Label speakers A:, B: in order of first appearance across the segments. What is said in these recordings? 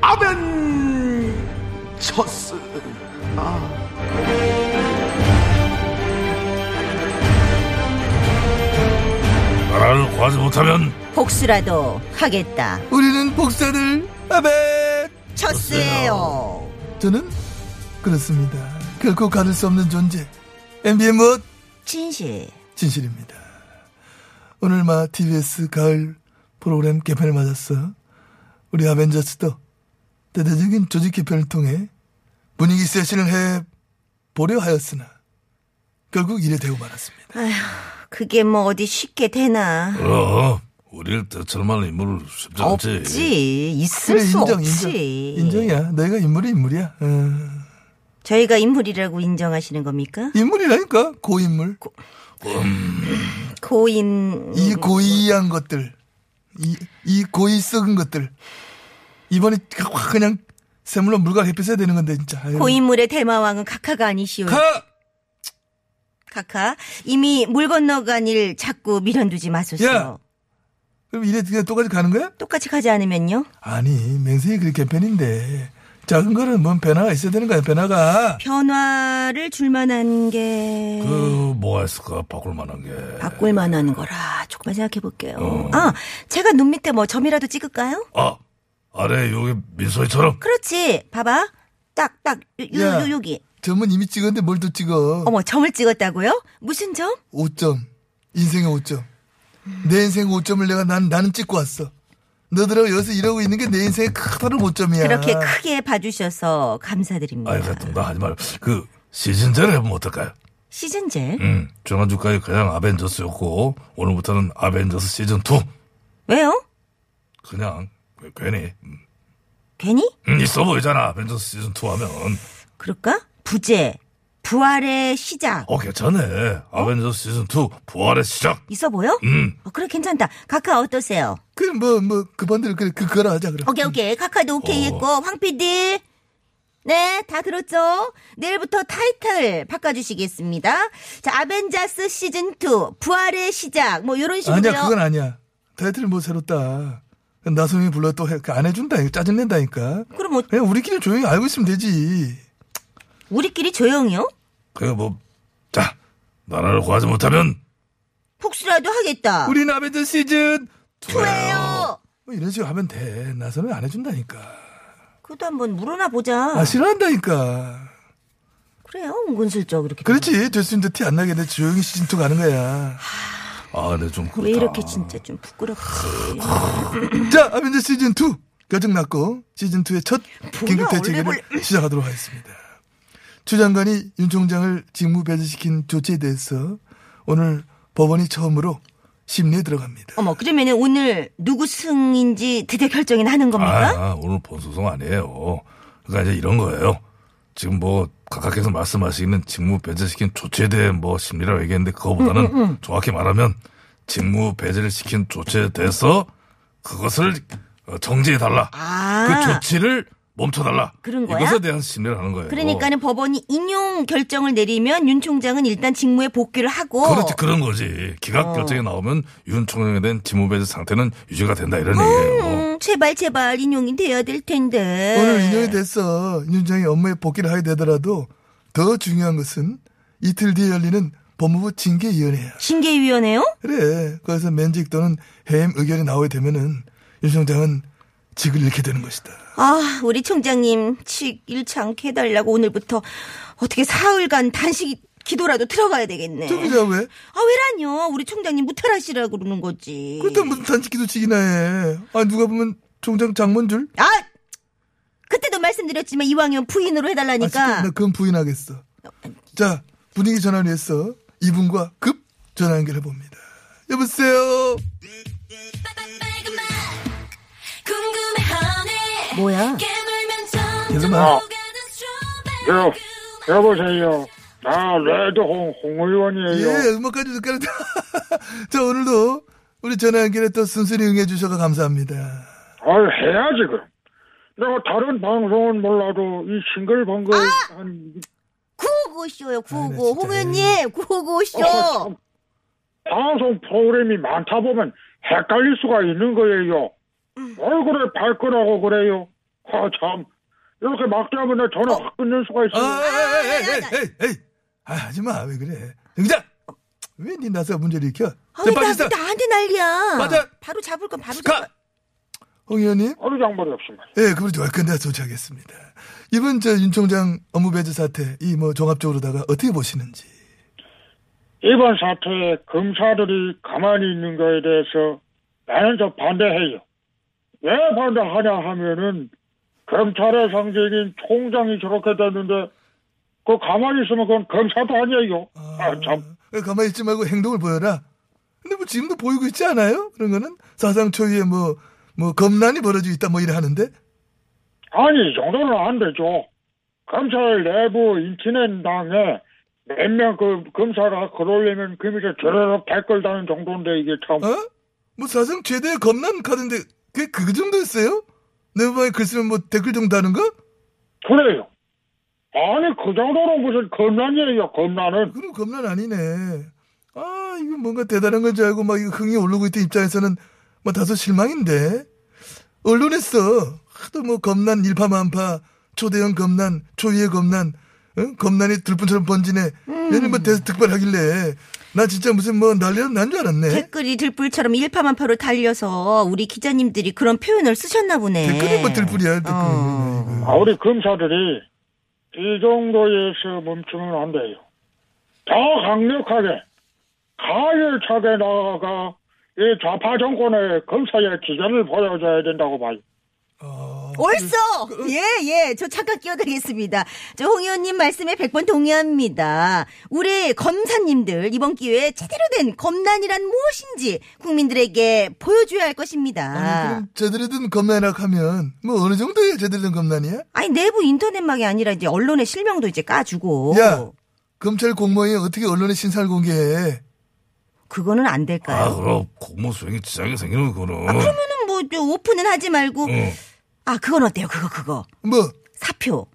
A: 아벤처스.
B: 나라를 구하지 못하면
C: 복수라도 하겠다.
D: 우리는 복사를 아베
C: 쳤어요.
D: 저는 그렇습니다. 결코 가릴 수 없는 존재 MBM 못
C: 진실.
D: 진실입니다. 오늘 마 TBS 가을 프로그램 개편을 맞아서 우리 아벤져스도 대대적인 조직 개편을 통해 분위기 세신을 해 보려 하였으나 결국 이래 되고 말았습니다.
C: 아, 그게 뭐 어디 쉽게 되나.
B: 어, 우리를 대처할 만한 인물을 쉽지 않지.
C: 없지. 있을
D: 그래
C: 수
D: 인정 인정
C: 없지.
D: 인정이야. 너희가 인물이 인물이야. 어.
C: 저희가 인물이라고 인정하시는 겁니까?
D: 네? 인물이라니까 고인물.
C: 고인.
D: 이 고의한 것들, 이, 이 고의 썩은 것들. 이번에 확 그냥 새물로 물과 햇빛에 되는 건데, 진짜. 아유.
C: 고인물의 대마왕은 카카가 아니시오.
D: 가!
C: 카카. 이미 물 건너간 일 자꾸 미련두지 마소서.
D: 야! 그럼 이래 그냥 똑같이 가는 거야?
C: 똑같이 가지 않으면요.
D: 아니, 맹세이 그렇게 편인데. 작은 거는 뭔 변화가 있어야 되는 거야, 변화가.
C: 변화를 줄 만한 게.
B: 그 뭐가 있을까 바꿀 만한 게.
C: 바꿀 만한 거라 조금만 생각해 볼게요.
B: 어.
C: 아, 제가 눈 밑에 뭐 점이라도 찍을까요?
B: 아, 아래 여기 민소희처럼.
C: 그렇지. 봐봐. 딱, 딱, 요, 요,
D: 야.
C: 요, 여기.
D: 점은 이미 찍었는데 뭘 또 찍어.
C: 어머, 점을 찍었다고요? 무슨 점?
D: 5점. 인생의 5점. 내 인생 5점을 내가 난, 나는 찍고 왔어. 너들하고 여기서 이러고 있는 게 내 인생의 크다는 5점이야.
C: 그렇게 크게 봐주셔서 감사드립니다.
B: 아이, 같은 거 하지 말고. 그, 시즌제를 해보면 어떨까요?
C: 시즌제?
B: 음, 지난주까지 그냥 아벤져스였고, 오늘부터는 아벤져스 시즌2.
C: 왜요?
B: 그냥, 그- 괜히. 음,
C: 괜히?
B: 음, 있어 보이잖아. 아벤져스 시즌2 하면.
C: 그럴까? 부재. 부활의 시작.
B: 어, 괜찮네. 아벤져스 시즌2 부활의 시작.
C: 있어 보여?
B: 음.
C: 어, 그래, 괜찮다. 카카 어떠세요?
D: 그래, 뭐, 뭐, 그 반대로, 그래, 그, 그거라 하자, 그럼.
C: 오케이, 오케이. 카카도 오케이
D: 어.
C: 했고, 황 PD. 네, 다 들었죠? 내일부터 타이틀 바꿔주시겠습니다. 자, 아벤자스 시즌2, 부활의 시작. 뭐, 요런 식으로요.
D: 아니야 그건 아니야 타이틀을 뭐 새로 따 나성이 불러 또 안 해준다 짜증낸다니까
C: 그럼 어,
D: 그냥 우리끼리 조용히 알고 있으면 되지
C: 우리끼리 조용히요?
B: 그, 뭐, 자, 나라를 구하지 못하면.
C: 복수라도 하겠다.
D: 우린 아벤져 시즌
C: 투예요.
D: 뭐 이런 식으로 하면 돼 나성이 안 해준다니까
C: 그것도 한번 물어나 보자.
D: 아 싫어한다니까
C: 그래요, 은근슬쩍 이렇게.
D: 그렇지 죄수님도 티 안 나게 내 조용히 시즌2 가는 거야
B: 아, 근데 좀 그렇다.
C: 왜 이렇게 진짜 좀 부끄럽지?
D: 자 아벤져 시즌2 결정 났고 시즌2의 첫 긴급 대책회를
C: 원래
D: 시작하도록 하겠습니다 추 장관이 윤 총장을 직무 배제시킨 조치에 대해서 오늘 법원이 처음으로 심리에 들어갑니다
C: 어머, 그러면 은 오늘 누구 승인지 드디어 결정이나 하는 겁니까?
B: 아, 오늘 본소송 아니에요. 그러니까 이제 이런 거예요. 지금 뭐 각하께서 말씀하시는 직무 배제시킨 조치에 대해 뭐 심리라고 얘기했는데 그거보다는
C: 음,
B: 정확히 말하면 직무 배제를 시킨 조치에 대해서 그것을 어, 정지해달라.
C: 아.
B: 그 조치를 멈춰달라.
C: 그런 거야?
B: 이것에 대한 심리를 하는 거예요.
C: 그러니까는
D: 어.
C: 법원이 인용 결정을 내리면 윤 총장은 일단 직무에 복귀를 하고
B: 그렇지 그런 거지. 기각
C: 어.
B: 결정이 나오면 윤 총장에 대한 직무 배제 상태는 유지가 된다 이런 얘기예요.
C: 음, 제발 제발 인용이 돼야 될 텐데.
D: 오늘 인용이 돼서 윤 총장이 업무에 복귀를 하게 되더라도 더 중요한 것은 이틀 뒤에 열리는 법무부 징계위원회야.
C: 징계위원회요?
D: 그래. 거기서 면직 또는 해임 의견이 나오게 되면은 윤 총장은 직을 잃게 되는 것이다.
C: 아, 우리 총장님 칙 잃지 않게 해달라고 오늘부터 어떻게 사흘간 단식 기도라도 들어가야 되겠네.
D: 저기자 왜?
C: 아, 왜라뇨? 우리 총장님 무탈하시라고 그러는 거지.
D: 그렇다 무슨 단식기도 치기나 해. 아 누가 보면 총장 장문 줄?
C: 아! 그때도 말씀드렸지만 이왕이면 부인으로 해달라니까.
D: 아, 나 그건 부인하겠어. 자 분위기 전환을 위해서 이분과 급 전화 연결해 봅니다. 여보세요.
E: 궁금해 하네
C: 뭐야?
E: 깨물면 전
D: 이놈아.
E: 여, 여보세요. 나 레드홍 홍 의원이에요.
D: 예, 음악까지도 깔았다. 자, 오늘도 우리 전화 연결에 또 순순히 응해주셔서 감사합니다.
E: 아 해야지 그럼. 내가 다른 방송은 몰라도 이 싱글벙글 한
C: 구호고쇼요, 구호고.
D: 진짜.
C: 홍 의원님, 구호고쇼.
E: 어, 방송 프로그램이 많다 보면 헷갈릴 수가 있는 거예요. 얼굴을 발끈하고 그래요. 아 참. 이렇게 막대하면 내 전화 확 끊는 수가
D: 아,
E: 있어요.
D: 에이, 에이, 에이, 에이, 에이. 아, 하지 마. 왜 그래. 등장! 왜니 나서가 문제를 일으켜?
C: 아, 왜
D: 제
C: 나,
D: 빠지다!
C: 나한테 난리야.
D: 맞아.
C: 바로 잡을 건 바로
D: 가!
C: 잡아.
D: 홍 의원님?
E: 어느 장벌이 없습니다.
D: 예, 그분 좋아할 건데 조치하겠습니다. 이번 저 윤 총장 업무 배제 사태, 이 뭐 종합적으로다가 어떻게 보시는지.
E: 이번 사태에 검사들이 가만히 있는 거에 대해서 나는 좀 반대해요. 왜 반대하냐 하면은 검찰의 상징인 총장이 저렇게 됐는데 그 가만히 있으면 그건 검사도 아니에요. 아, 참.
D: 왜 예, 가만히 있지 말고 행동을 보여라. 근데 뭐 지금도 보이고 있지 않아요? 그런 거는? 사상 초유의 뭐, 뭐 겁난이 벌어지고 있다 뭐 이래 하는데?
E: 아니, 이 정도는 안 되죠. 검찰 내부 인치낸당에 몇 명 그 검사가 그러려면 그 밑에 저러럭 댓글 다는 정도인데 이게 참.
D: 어? 뭐 사상 최대의 겁난 카드인데 그게 그 정도였어요? 내 방에 글 쓰면 뭐 댓글 정도 하는 거?
E: 그래요. 아니, 그 정도는 무슨 겁난이에요, 겁난은.
D: 그럼 겁난 아니네. 아, 이거 뭔가 대단한 건 줄 알고 막 이거 흥이 오르고 있던 입장에서는 뭐 다소 실망인데. 언론에서 하도 뭐 겁난 일파만파, 초대형 겁난, 초유의 겁난, 응? 겁난이 들뿐처럼 번지네. 얘는 뭐 대서 특별하길래. 나 진짜 무슨 뭐 난리가 난 줄 알았네.
C: 댓글이 들불처럼 일파만파로 달려서 우리 기자님들이 그런 표현을 쓰셨나 보네.
D: 댓글이 뭐 들뿐이야, 댓글이.
C: 어.
D: 이거.
E: 아, 우리 검사들이 이 정도에서 멈추면 안 돼요. 더 강력하게, 가열차게 나아가 이 좌파 정권의 검사의 기전을 보여줘야 된다고 봐요.
C: 옳소! 예, 예. 저 잠깐 끼어들겠습니다. 저 홍 의원님 말씀에 100번 동의합니다. 우리 검사님들 이번 기회에 제대로 된 검난이란 무엇인지 국민들에게 보여줘야 할
D: 아니,
C: 것입니다.
D: 그럼 제대로 된 겁난이라 하면 뭐 어느 정도의 제대로 된 겁난이야?
C: 아니, 내부 인터넷망이 아니라 이제 언론의 실명도 이제 까주고.
D: 야, 검찰 공무원이 어떻게 언론에 신사를 공개해?
C: 그거는 안 될까요?
B: 아, 그럼 공무 수행에 지장이 생기는 거는.
C: 그러면은 뭐저 오픈은 하지 말고.
B: 응.
C: 아, 그건 어때요? 그거, 그거.
D: 뭐,
C: 사표.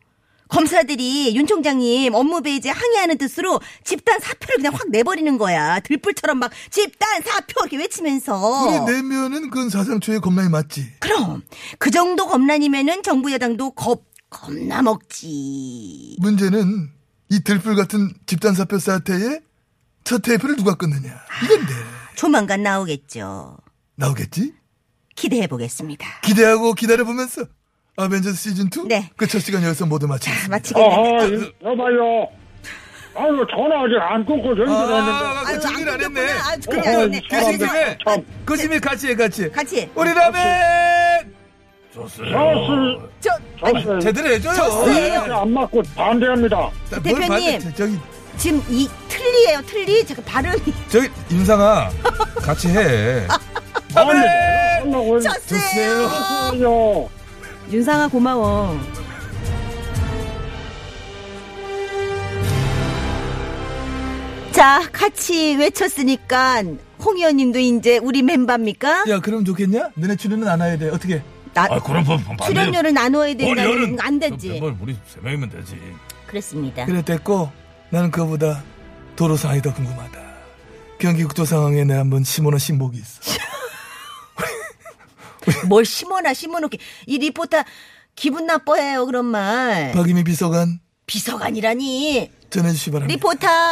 C: 검사들이 윤 총장님 업무 배제 항의하는 뜻으로 집단 사표를 그냥 확 내버리는 거야. 들불처럼 막 집단 사표 이렇게
D: 우리
C: 외치면서.
D: 내면은 그건 사상 초의 겁난이 맞지.
C: 그럼 그 정도 겁난이면은 정부 여당도 겁 겁나 먹지.
D: 문제는 이 들불 같은 집단 사표 사태에 첫 테이프를 누가 끊느냐 이건데
C: 조만간 나오겠죠.
D: 나오겠지?
C: 기대해 보겠습니다.
D: 기대하고 기다려 보면서 아벤져스 시즌 2
C: 네.
D: 그 첫 시간 여기서 모두 마치겠습니다.
C: 마치겠네.
D: 아,
E: 어허,
D: 그-
E: 이- 여봐요. 아유, 전화 아직 안 끊고 전화했는데.
C: 아유,
D: 고치기를
C: 안 끊겼구나. 아,
D: 그
C: 그래, 안 했네.
D: 시즌에
E: 참.
C: 네.
D: 고심이 같이 해 같이. 해.
C: 같이.
D: 우리 라벤
C: 어,
E: 저스,
C: 저
E: 저스, 아,
D: 제대로 아, 해줘요.
C: 졌어요. 그
E: 안 맞고 반대합니다.
D: 자, 뭘
C: 대표님.
D: 봤는데 저기
C: 지금 이 틀리예요, 틀리. 잠깐 발음이
F: 저기 임상아 같이 해.
C: 아, 네.
E: 반대. 하려고
C: 졌어요.
E: 했어요.
C: 윤상아 고마워. 자, 같이 외쳤으니까 홍 의원님도 이제 우리 멤버입니까?
D: 야 그럼 좋겠냐? 너네 출연은 안 와야 돼. 어떻게?
C: 나,
B: 아, 그럼 반
C: 출연료를 나눠야 된다는
B: 월요일은
C: 안 되지.
B: 멤버 우리 세 명이면 되지.
C: 그랬습니다.
D: 그래 됐고 나는 그거보다 도로 상황이 더 궁금하다. 경기 국토 상황에 내가 한번 심어놓은 신목이 있어.
C: 뭘 심어놔 심어놓기. 이 리포터 기분 나빠해요 그런 말.
D: 박이미 비서관
C: 비서관이라니.
D: 전해주시 바랍니다.
C: 리포터.